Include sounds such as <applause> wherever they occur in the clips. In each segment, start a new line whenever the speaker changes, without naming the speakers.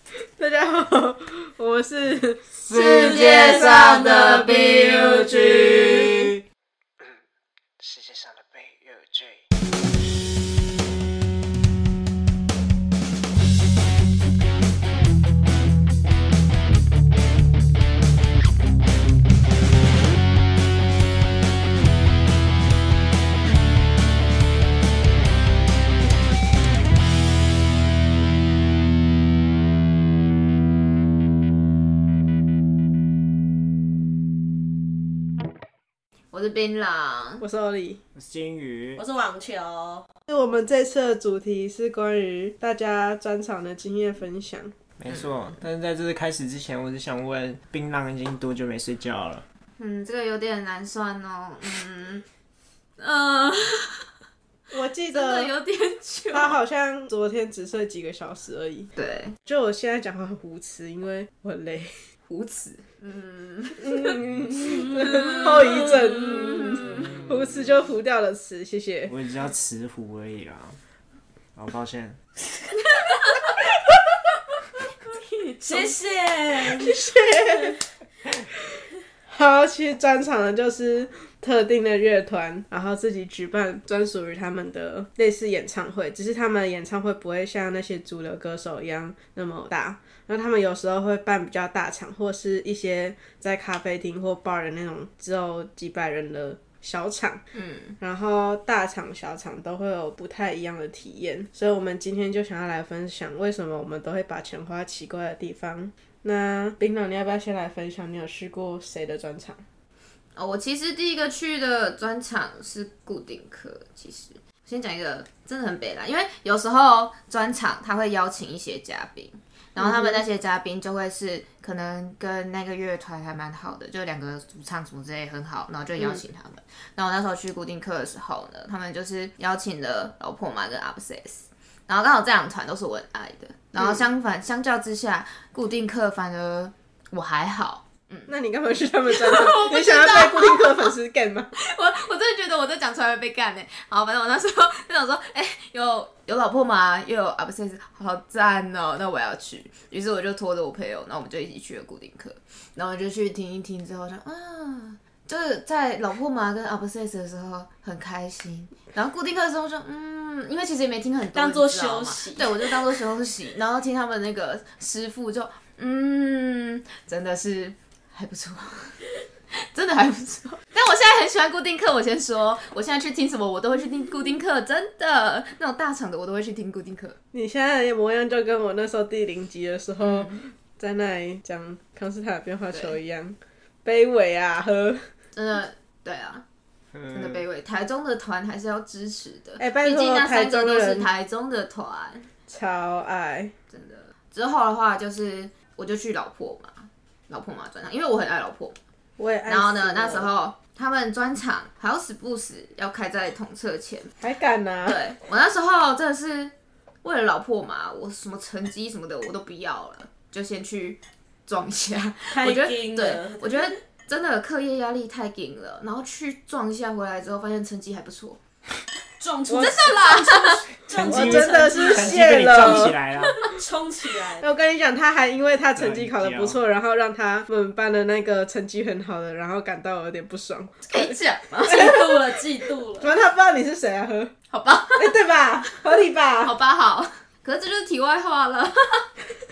<laughs> 家好，我是
世界上的 BUG。
世界上的 BUG。
我是槟榔，
我是欧丽。
金鱼
我，是网球，
那我们这次的主题是关于大家专场的经验分享。
没错。但是在这次开始之前，我只想问，槟榔已经多久没睡觉了？
嗯，这个有点难算哦，嗯，嗯、 <laughs> 呃，
我记
真的
得
有点久，
他好像昨天只睡几个小时而已。
对，
就我现在讲话很无耻，因为我很累，
胡子，
<laughs>
嗯，
嗯后遗症，嗯无耻就糊掉了词，谢谢。
我只叫慈湖而已啦。好，抱歉。
谢谢。
好，其实专场呢就是特定的乐团，然后自己举办专属于他们的类似演唱会，只是他们的演唱会不会像那些主流歌手一样那么大，然后他们有时候会办比较大场，或是一些在咖啡厅或 bar 的那种只有几百人的。小场，嗯，然后大场、小场都会有不太一样的体验，所以我们今天就想要来分享为什么我们都会把钱花奇怪的地方。那冰冷，你要不要先来分享你有去过谁的专场？
哦，我其实第一个去的专场是固定课。其实先讲一个真的很北啦，因为有时候专场他会邀请一些嘉宾，然后他们那些嘉宾就会是可能跟那个乐团还蛮好的，就两个主唱什么之类很好，然后就邀请他们。然后我那时候去固定课的时候呢，他们就是邀请了老破马跟 Obsess。然后刚好这两团都是我很爱的，然后相反、相较之下，固定课反而我还好，
那你干嘛去他们专
<laughs>
场？你想要被固定客粉丝干吗？ <laughs>
我我真的觉得我在讲出来会被干呢、欸好，反正我那时候就想说，哎、有有老婆嘛，又有啊不是，好赞哦、那我要去。于是我就拖着我朋友，然后我们就一起去了固定课，然后我就去听一听之后想，啊。就是在老婆嘛跟 Obsess 的时候很开心，然后固定课的时候就嗯，因为其实也没听很多，
当作
你知道吗
休息
对我就当做休息，然后听他们那个师傅就嗯，真的是还不错， <laughs> 真的还不错。但我现在很喜欢固定课，我先说，我现在去听什么，我都会去听固定课，真的，那种大场的我都会去听固定课。
你现在的模样就跟我那时候第零集的时候，
嗯
在那里讲康斯坦的变化球一样，卑微啊呵。
真的，对啊，真的卑微。台中的团还是要支持的，
哎拜托
毕竟那三个
台
都
中
是
人
台中的团。
超爱，
真的。之后的话就是，我就去老破嘛，老破嘛专场，因为我很爱老破嘛。
我也爱。
然后呢，那时候他们专场还要死不死要开在统测前，
还敢呐、啊？
对我那时候真的是为了老破嘛，我什么成绩什么的我都不要了，就先去撞一下。
太
我觉得，
硬
对
了，
我觉得真的课业压力太紧了，然后去撞一下回来之后，发现成绩还不错。
撞出真的 <laughs> 撞出
我
去
真的是谢
你撞起
了。
来了。
冲起来， <laughs>
那我跟你讲，他还因为他成绩考得不错，然后让他们班的那个成绩很好的，然后感到有点不爽。
可以讲吗？
嫉妒了，嫉妒了。
反正他不知道你是谁啊呵，
好吧，
哎、对
<laughs>
吧？合理吧？
<laughs> 好吧，好。可是这就是题外话了，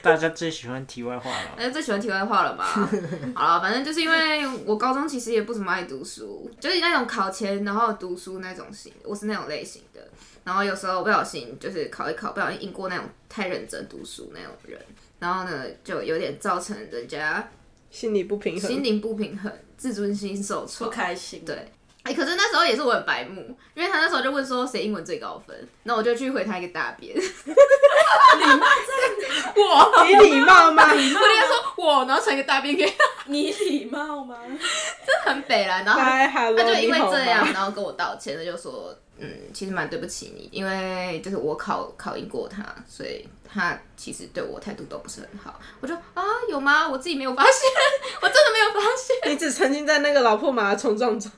大家最喜欢题外话了。
哎，最喜欢题外话了吧？好了，反正就是因为我高中其实也不怎么爱读书，就是那种考前然后读书那种型，我是那种类型的。然后有时候不小心就是考一考，不小心赢过那种太认真读书那种人，然后呢就有点造成人家
心理不平衡，
心灵不平衡，自尊心受
不
创。
开心，
对哎、可是那时候也是我很白目，因为他那时候就问说谁英文最高分，那我就去回他一个大便。 <laughs> 我，
你哦礼貌
<laughs>
吗？
我跟他说我，然后传一个大便给他，
你礼貌吗？
很北啦。然后他
嗨，hello，哎
他就因为
你好吗哦
这样，然后跟我道歉了，就说嗯，其实蛮对不起你，因为就是我考考赢过他，所以他其实对我态度都不是很好。我就啊，有吗？我自己没有发现， <laughs> 我真的没有发现。
你只沉浸在那个老破马的冲撞中。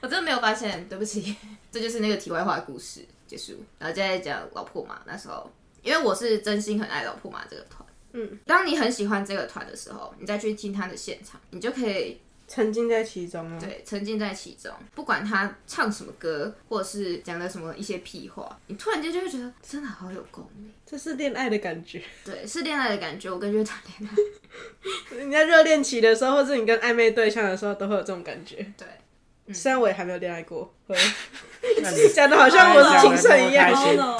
我真的没有发现，对不起， <laughs> 这就是那个题外话的故事结束。然后再讲老破马那时候，因为我是真心很爱老破马这个团，嗯，当你很喜欢这个团的时候，你再去听他的现场，你就可以
沉浸在其中哦。
对沉浸在其中，不管他唱什么歌，或者是讲了什么一些屁话，你突然间就会觉得真的好有共鸣。
这是恋爱的感觉。
对，是恋爱的感觉，我跟乐团恋爱。 <laughs>
你在热恋期的时候，或是你跟暧昧对象的时候，都会有这种感觉。
对，嗯
虽然我也还没有恋爱过，呵
那你
<laughs> 讲的好像我是情圣一样
开。
好
心
了，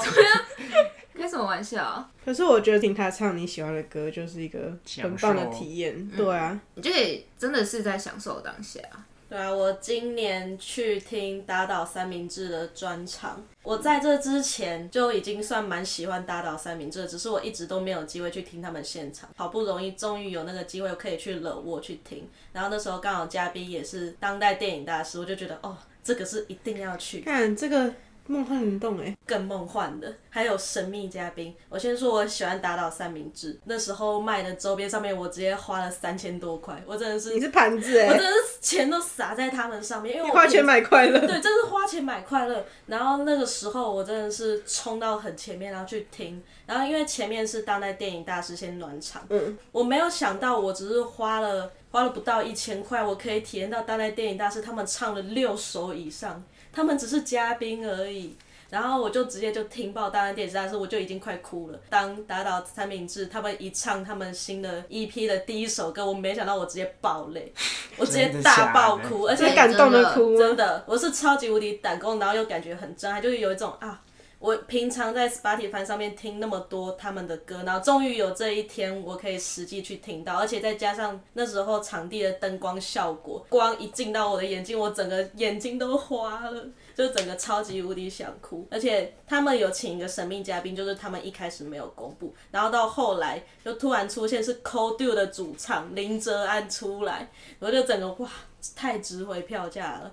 开什么玩笑？啊
可是我觉得听他唱你喜欢的歌，就是一个很棒的体
嗯
验。对啊，
你就可以真的是在享受当下。
对啊，我今年去听打倒三明治的专场，我在这之前就已经算蛮喜欢打倒三明治的，只是我一直都没有机会去听他们现场，好不容易终于有那个机会可以去冷沃去听，然后那时候刚好嘉宾也是当代电影大师，我就觉得哦，这个是一定要去。
看这个梦幻灵动哎，
更梦幻的，还有神秘嘉宾。我先说，我喜欢打倒三明治，那时候卖的周边上面，我直接花了三千多块，我真的是，
你是盘子
我
哎
真，的是钱都撒在他们上面，因为我
花钱
平
买快 <laughs> 乐。
对，真是花钱买快乐。然后那个时候我真的是冲到很前面，然后去听。然后因为前面是当代电影大师先暖场，嗯，我没有想到，我只是花了花了不到一千块，我可以体验到当代电影大师他们唱了六首以上，他们只是嘉宾而已。然后我就直接就听爆当代电影大师，我就已经快哭了。当打倒三明治他们一唱他们新的 EP 的第一首歌，我没想到我直接爆泪，我直接
真的
大
假的
爆哭，而且
你感动的哭
真
吗？
的，我是超级无敌胆工，然后又感觉很震撼，就是有一种啊，我平常在 Spotify 上面听那么多他们的歌，然后终于有这一天，我可以实际去听到，而且再加上那时候场地的灯光效果，光一进到我的眼睛，我整个眼睛都花了，就整个超级无敌想哭。而且他们有请一个神秘嘉宾，就是他们一开始没有公布，然后到后来就突然出现是 Cold d u 的主唱林哲安出来，我就整个哇，太值回票价了。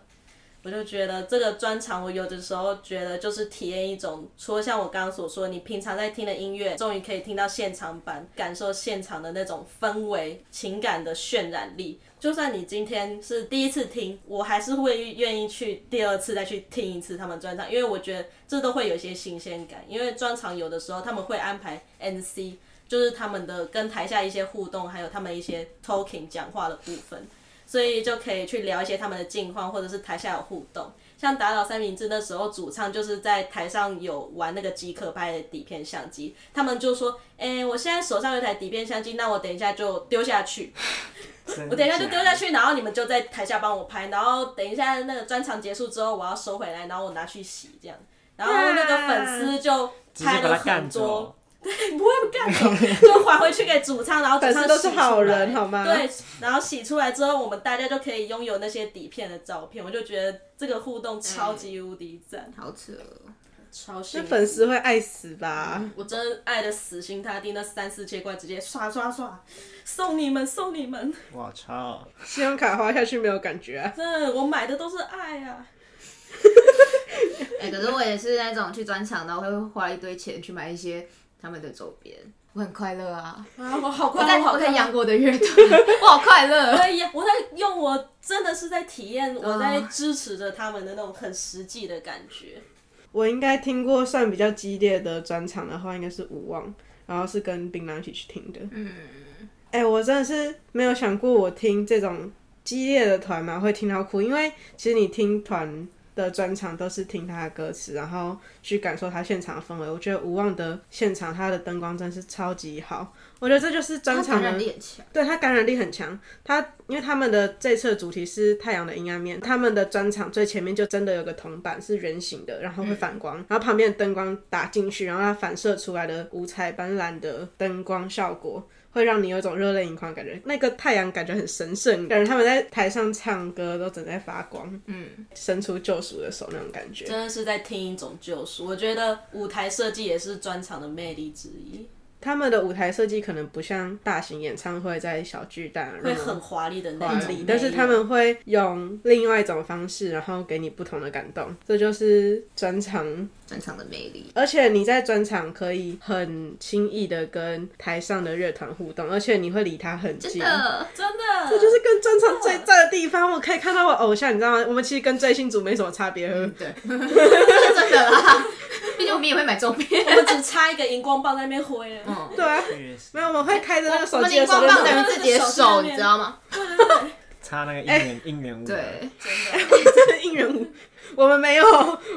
我就觉得这个专场，我有的时候觉得就是体验一种，除了像我刚刚所说，你平常在听的音乐，终于可以听到现场版，感受现场的那种氛围、情感的渲染力。就算你今天是第一次听，我还是会愿意去第二次再去听一次他们专场，因为我觉得这都会有一些新鲜感。因为专场有的时候他们会安排 NC，就是他们的跟台下一些互动，还有他们一些 talking 讲话的部分。所以就可以去聊一些他们的近况，或者是台下有互动。像打倒三明治那时候，主唱就是在台上有玩那个即可拍的底片相机，他们就说：“哎、我现在手上有台底片相机，那我等一下就丢下
<laughs>
去，
真的
我等一下就丢下去，然后你们就在台下帮我拍，然后等一下那个专场结束之后，我要收回来，然后我拿去洗这样。”然后那个粉丝就拍
啊接把
了
他干
很多
走，
不会干走，就还回去给主唱，然后主
粉
唱
丝都是
洗出来
好人好吗
对，然后洗出来之后，我们大家就可以拥有那些底片的照片，我就觉得这个互动超级无敌赞，
好扯哦，
超幸
那
福
粉丝会爱死吧？
我真的爱的死心塌地，那三四千块直接刷刷刷送你们送你们，
我操！
信用卡花下去没有感觉啊？
真的我买的都是爱啊！
哎、可是我也是那种去专场，然后会花一堆钱去买一些他们的周边，我很快乐啊！
啊，我好
我
快
在
乐，好
我在
快
养
乐。
我的乐 <laughs> 团，我好快乐。
哎呀，我在用我真的是在体验，我在支持着他们的那种很实际的感觉。
我应该听过算比较激烈的专场的话，应该是无望，然后是跟槟榔一起去听的。嗯，哎、我真的是没有想过，我听这种激烈的团嘛，会听到哭，因为其实你听团的专场都是听他的歌词，然后去感受他现场的氛围。我觉得无望的现场，他的灯光真是超级好，我觉得这就是专场
感
的
染力很强，欸
对它感染力很强。它因为他们的这次的主题是太阳的阴暗面，他们的专场最前面就真的有个铜板是圆形的，然后
嗯
会反光，然后旁边的灯光打进去，然后它反射出来的五彩斑斓的灯光效果。会让你有一种热泪盈眶的感觉，那个太阳感觉很神圣，感觉他们在台上唱歌都整在发光，
嗯，
伸出救赎的手那种感觉。
真的是在听一种救赎。我觉得舞台设计也是专场的魅力之一，
他们的舞台设计可能不像大型演唱会在小巨蛋，啊
会
然后
很华丽的那
华
种魅
丽
力，，
但是他们会用另外一种方式，然后给你不同的感动，这就是专场。
专场的魅力。
而且你在专场可以很轻易的跟台上的乐团互动，而且你会离他很
真
近。
的，
真的，
这就是跟专场最赞的地方，我可以看
嗯
到我偶像，你知道吗？我们其实跟追星族没什么差别。呵呵
对，真的啦， <laughs> 毕竟我们也会买周边。
我只插一个荧光棒在那边挥了。
嗯
对啊，
确实
没有，我们会开着那个
我
手
们
机的
荧
时候
光
就
棒
是
等于自己的手，你知道吗？
差那个应援应援舞。
对，
真的，
应援舞，我们没有，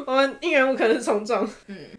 我们应援舞可能是从众。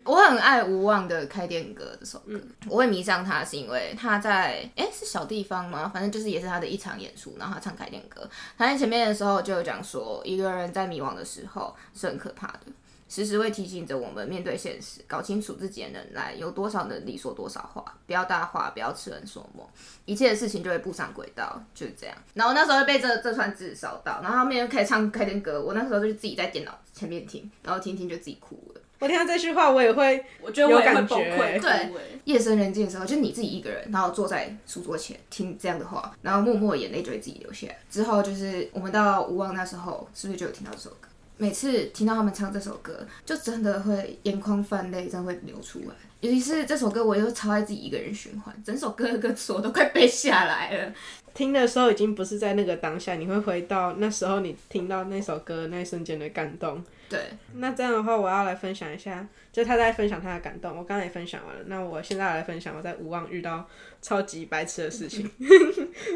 我很爱无望的开店歌这首歌，我会迷上它是因为它在哎是小地方吗？反正就是也是他的一场演出，然后他唱开店歌。他在前面的时候就有讲说，一个人在迷惘的时候是很可怕的，时时会提醒着我们面对现实，搞清楚自己的能耐，有多少能力说多少话，不要大话，不要痴人说梦，一切的事情就会步上轨道，就是这样。然后那时候就被这这串字烧到，然后后面就开始唱开店歌，我那时候就是自己在电脑前面听，然后听一听就自己哭了。
我听到这句话，我也会
我觉得我也
有
会
感
崩
觉
溃。
对
对，
夜深人静的时候，就你自己一个人，然后坐在书桌前听这样的话，然后默默眼泪就会自己流下来。之后就是我们到无望那时候，是不是就有听到这首歌？每次听到他们唱这首歌，就真的会眼眶泛泪，真的会流出来。尤其是这首歌，我又超爱自己一个人循环，整首歌的歌词我都快背下来了。
听的时候已经不是在那个当下，你会回到那时候你听到那首歌那一瞬间的感动。
对，
那这样的话，我要来分享一下，就他在分享他的感动，我刚才也分享完了。那我现在要来分享我在无望遇到超级白痴的事情， <laughs>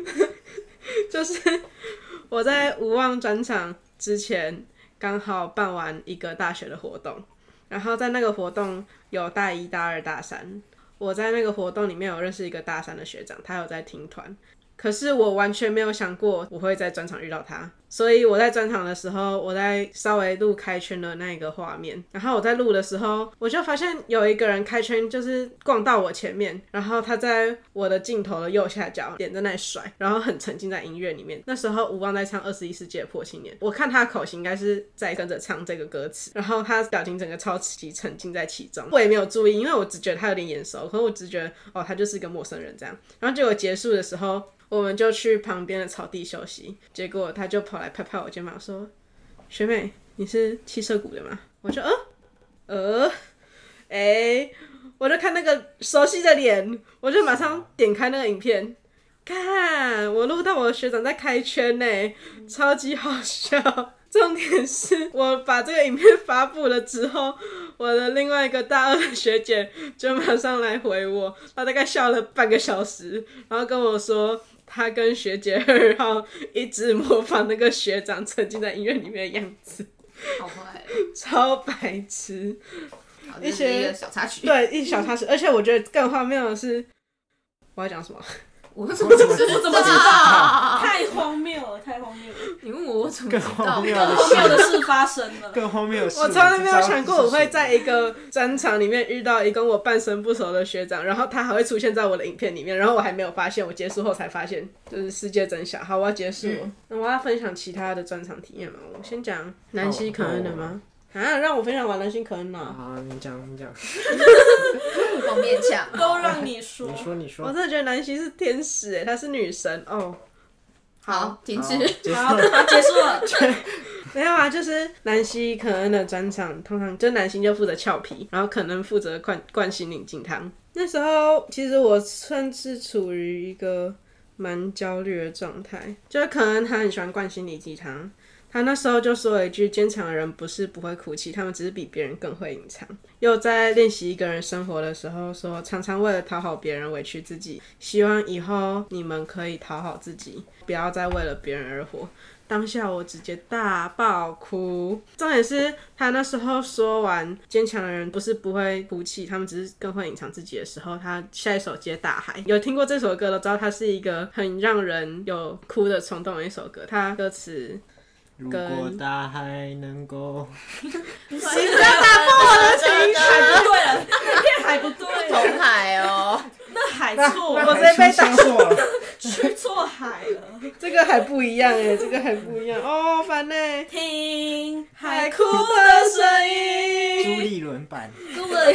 就是我在无望转场之前，刚好办完一个大学的活动，然后在那个活动有大一、大二、大三。我在那个活动里面有认识一个大三的学长，他有在听团，可是我完全没有想过我会在专场遇到他，所以我在专场的时候，我在稍微录开圈的那一个画面，然后我在录的时候，我就发现有一个人开圈就是逛到我前面，然后他在我的镜头的右下角脸在那里甩，然后很沉浸在音乐里面。那时候吴望在唱《二十一世纪的破青年》，我看他的口型应该是在跟着唱这个歌词，然后他表情整个超级沉浸在其中，我也没有注意，因为我只觉得他有点眼熟，可是我只觉得哦，他就是一个陌生人这样。然后结果结束的时候，我们就去旁边的草地休息。结果他就跑来拍拍我肩膀说：“学妹，你是汽车股的吗？”我说：“呃，呃，哎、我就看那个熟悉的脸，我就马上点开那个影片。看，我录到我学长在开圈呢、超级好笑。 <laughs> 重点是我把这个影片发布了之后，我的另外一个大二的学姐就马上来回我，她大概笑了半个小时，然后跟我说，他跟学姐二号一直模仿那个学长沉浸在音乐里面的样子，
好坏，
超白痴。
好
一
这
些
是一个小插曲。
对，一小插曲，而且我觉得更荒谬的是，我要讲什么？
我怎么知道？
我怎么知道？太荒谬了，太荒谬了！
你问我我怎么知
更
道
荒？谬啊
更荒谬的事发生了。
更荒谬的是，
我从来没有想过我会
知道
在一个专场里面遇到一跟我半生不熟的学长，然后他还会出现在我的影片里面，然后我还没有发现，我结束后才发现，就是世界真小。好，我要结束了。
嗯
那我要分享其他的专场体验嘛？我先讲南希可恩的吗？啊，让我分享完南希可恩了。
啊，你讲你讲，
我勉强。
都让你说
你，说你
我
说，
真的觉得南希是天使哎，她是女神哦。
好，停止。
好，好结束了。
没有啊，就是南希可恩的专场，通常就南希就负责俏皮，然后可能负责灌灌心灵鸡汤。那时候其实我算是处于一个蛮焦虑的状态，就是可能他很喜欢灌心灵鸡汤。他那时候就说了一句：“坚强的人不是不会哭泣，他们只是比别人更会隐藏。”又在练习一个人生活的时候说，常常为了讨好别人委屈自己。希望以后你们可以讨好自己，不要再为了别人而活。当下我直接大爆哭。重点是他那时候说完“坚强的人不是不会哭泣，他们只是更会隐藏自己”的时候，他下一首接《大海》。有听过这首歌的知道，它是一个很让人有哭的冲动的一首歌。它歌词
如果大海能够，
你不要打破我的情绪。海不对了，那片海
<laughs>
不对了，
海
<laughs>
哦，
那海错
我
了，
直接被打
打错了，
去错海了。
这个还不一样哎，这个还不一样哦，烦呢、
听海
海
哭
哭
的
的
声
声
音，
朱立伦版，
如果有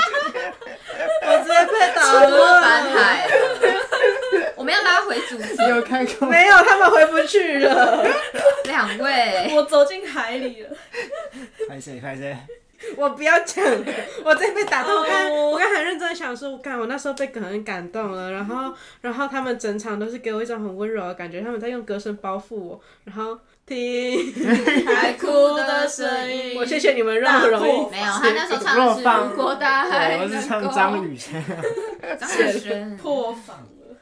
我直接被打
多
了。
翻海了，我们要拉回主题。
有开过
没有，他们回不去了。
两位，
我走进海里了。
拍谁拍谁，
我不要讲了，我真被打动。我刚
哦
我刚很认真地想说，我干，我那时候被很感动了。然后， <laughs> 然后他们整场都是给我一种很温柔的感觉，他们在用歌声包覆我。然后听，
海哭的声音。
<laughs> 我谢谢你们让我容
大破
易
没有，他那时候唱的
若
是《
放
如果大
哎
海
我
能够》，
是唱张雨生，
张雨生。
破防了。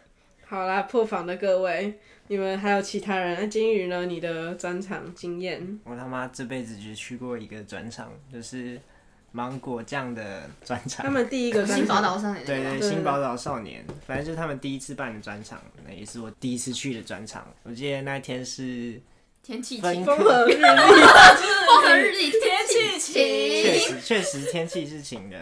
好啦，破防的各位，你们还有其他人？那金鱼呢？你的专场经验？
<laughs> 我他妈这辈子只去过一个专场，就是芒果酱的专场
他。们第一个专
新宝
场，
岛上的那
对
个
对，
吗，
对
新宝岛少年，反正就是他们第一次办的专场，那也是我第一次去的专场。我记得那天是
天气
分
晴，
风和日丽。
风和日丽，
天气晴
确实确实天气是晴的。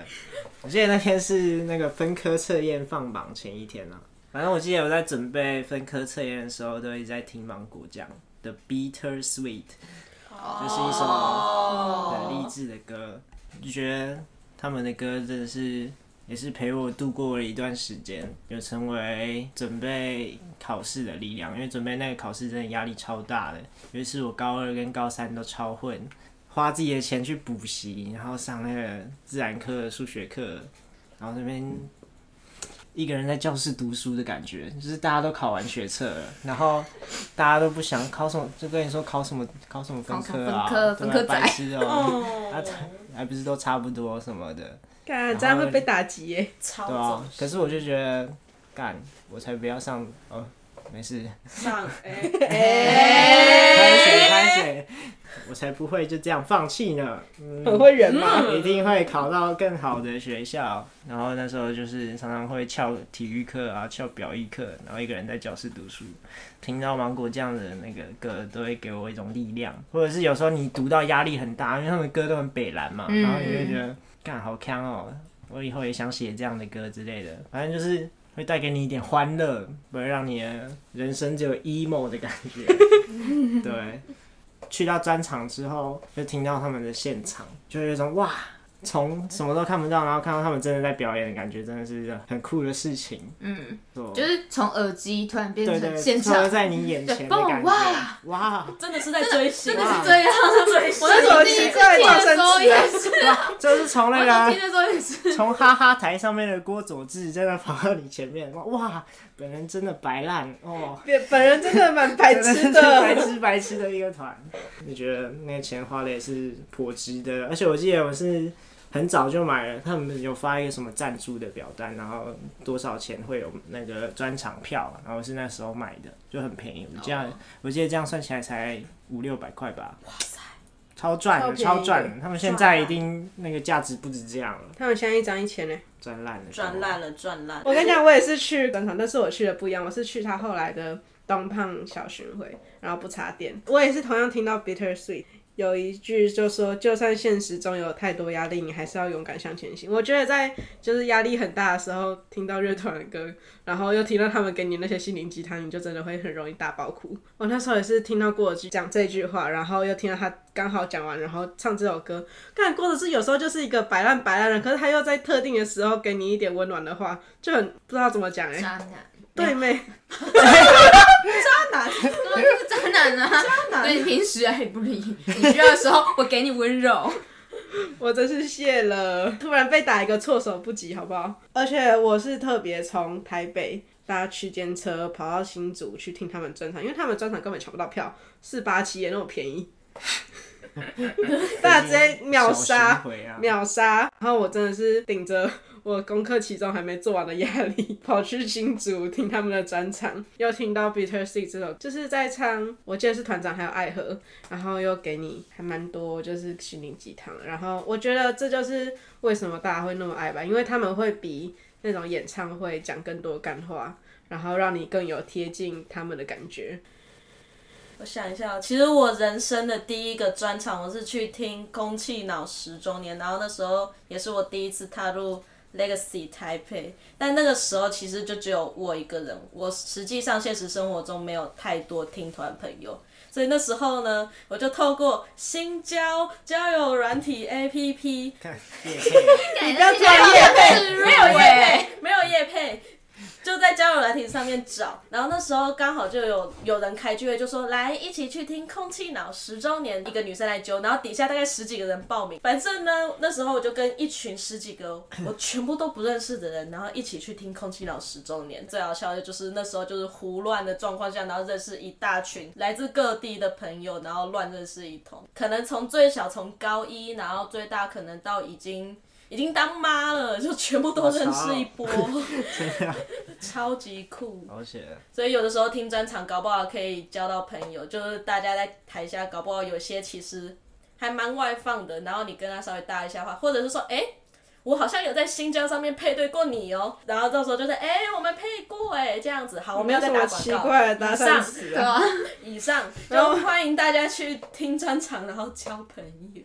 我记得那天是那个分科测验放榜前一天啊，反正我记得我在准备分科测验的时候，都一直在听芒果酱的《Bitter Sweet》，就是一首
哦
很励志的歌，就觉得他们的歌真的是。也是陪我度过了一段时间，有成为准备考试的力量，因为准备那个考试真的压力超大的，尤其是我高二跟高三都超混，花自己的钱去补习，然后上那个自然课、数学课，然后那边一个人在教室读书的感觉，就是大家都考完学测了，然后大家都不想考什么，就跟你说考什么考什么分科啊，
考什么分科
对啊
分科仔
白痴哦、
哦，
还不是都差不多什么的，
干，这样会被打击 <laughs> 耶！
超
对
走
啊。可是我就觉得，干，我才不要上哦，没事，
上哎，
拍谁拍谁，我才不会就这样放弃呢。嗯
很会忍嘛。
一定会考到更好的学校。然后那时候就是常常会翘体育课啊，翘表艺课，然后一个人在教室读书，听到芒果酱的那个歌，都会给我一种力量。或者是有时候你读到压力很大，因为他们歌都很北蓝嘛，
嗯
然后你会觉得干好康哦，我以后也想写这样的歌之类的。反正就是。会带给你一点欢乐，不会让你的人生只有 emo 的感觉。
<laughs>
对，去到专场之后，就听到他们的现场，就有一种哇，从什么都看不到，然后看到他们真的在表演的感觉，真的是很酷的事情。
嗯，
就
就是从耳机突然变
对
成
对，
现
突
场
然，在你眼前的
对
感觉，
哇
哇，
真的是在追星
真的
啊，
是这样。
追
我那时候第一次听的时候也
啊
是，
就是
我
从
那
那
时候
个啊
听的时候也是，
从哈哈台上面的郭佐治真的跑到你前面，哇哇，本人真的白烂哦。
本本人真的蛮白痴 <laughs>
白
的，
痴白痴的一个团。你觉得那个钱花的也是颇值得，而且我记得我是很早就买了，他们有发一个什么赞助的表单，然后多少钱会有那个专场票，然后我是那时候买的，就很便宜。我这
哦
样我记得这样算起来才五六百块吧。哇塞！超赚的，
超便宜啊
超赚的！他们现在一定那个价值不止这样了，
他们现在一张一千呢。
赚烂了，
赚烂了，赚烂了。
我跟你讲，我也是去专场，但是我去的不一样，我是去他后来的东胖小巡回，然后不插电。我也是同样听到 Bitter Sweet 有一句就说，就算现实中有太多压力，你还是要勇敢向前行。我觉得在就是压力很大的时候，听到乐团的歌，然后又听到他们给你那些心灵鸡汤，你就真的会很容易大爆哭。我那时候也是听到郭子讲这句话，然后又听到他刚好讲完，然后唱这首歌，但郭德是有时候就是一个摆烂摆烂人，可是他又在特定的时候给你一点温暖的话，就很不知道怎么讲哎、
啊
渣男，
对妹，
对，就是渣男啊，渣男。对你平时爱理不理，你需要的时候我给你温柔。
我真是谢了，突然被打一个措手不及，好不好？而且我是特别从台北搭区间车跑到新竹去听他们专场，因为他们专场根本抢不到票，四八七也那么便
<laughs>
宜，大家直接秒杀
小巡回啊！
秒杀。然后我真的是顶着我功课其中还没做完的压力，跑去新竹听他们的专场，又听到《Bitter Sea》这首，就是在唱，我记得是团长还有爱河，然后又给你还蛮多就是心灵鸡汤。然后我觉得这就是为什么大家会那么爱吧，因为他们会比那种演唱会讲更多干话。然后让你更有贴近他们的感觉，
我想一下哦，其实我人生的第一个专场，我是去听空气脑十周年，然后那时候也是我第一次踏入 Legacy 台北，但那个时候其实就只有我一个人，我实际上现实生活中没有太多听团朋友。所以那时候呢，我就透过新交交友软体 APP，
看，夜配
你
啊
不要这样夜配
没有
没有夜配，没有夜配，就在交友软体上面找，然后那时候刚好就有有人开聚会，就说来一起去听《空气脑》十周年，一个女生来揪，然后底下大概十几个人报名，反正呢那时候我就跟一群十几个我全部都不认识的人，然后一起去听《空气脑》十周年。最好笑的就是那时候就是胡乱的状况下，然后认识一大群来自各地的朋友，然后乱认识一通，可能从最小从高一，然后最大可能到已经。已经当妈了，就全部都认识一波，超级酷。
哦
好险！
所以有的时候听专场，搞不好可以交到朋友。就是大家在台下，搞不好有些其实还蛮外放的，然后你跟他稍微搭一下话，或者是说，哎、我好像有在新疆上面配对过你哦、然后到时候就是，哎、我们配过哎、这样子。好，我
我
们要再打
么
广告。
奇怪的搭
以
讪
上，
词
对
啊。
吧？
以上，就欢迎大家去听专场，然后交朋友。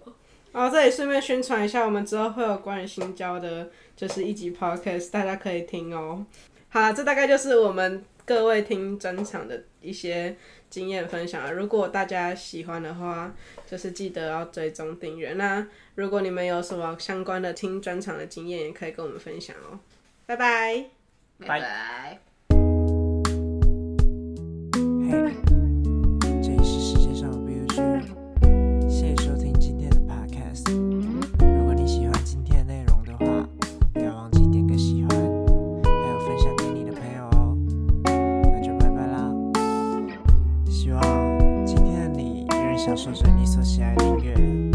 然后哦这里顺便宣传一下，我们之后会有关于新交的，就是一集 podcast，大家可以听哦。好啦，这大概就是我们各位听专场的一些经验分享啊。如果大家喜欢的话，就是记得要追踪订阅。那如果你们有什么相关的听专场的经验，也可以跟我们分享哦。拜拜。
拜
拜
拜。
嘿，这里是世界上的 B U G，谢谢收听今天的 Podcast。如果你喜欢今天的内容的话，不要忘记点个喜欢，还有分享给你的朋友哦。那就拜拜啦！希望今天的你依然享受着你所喜爱的音乐。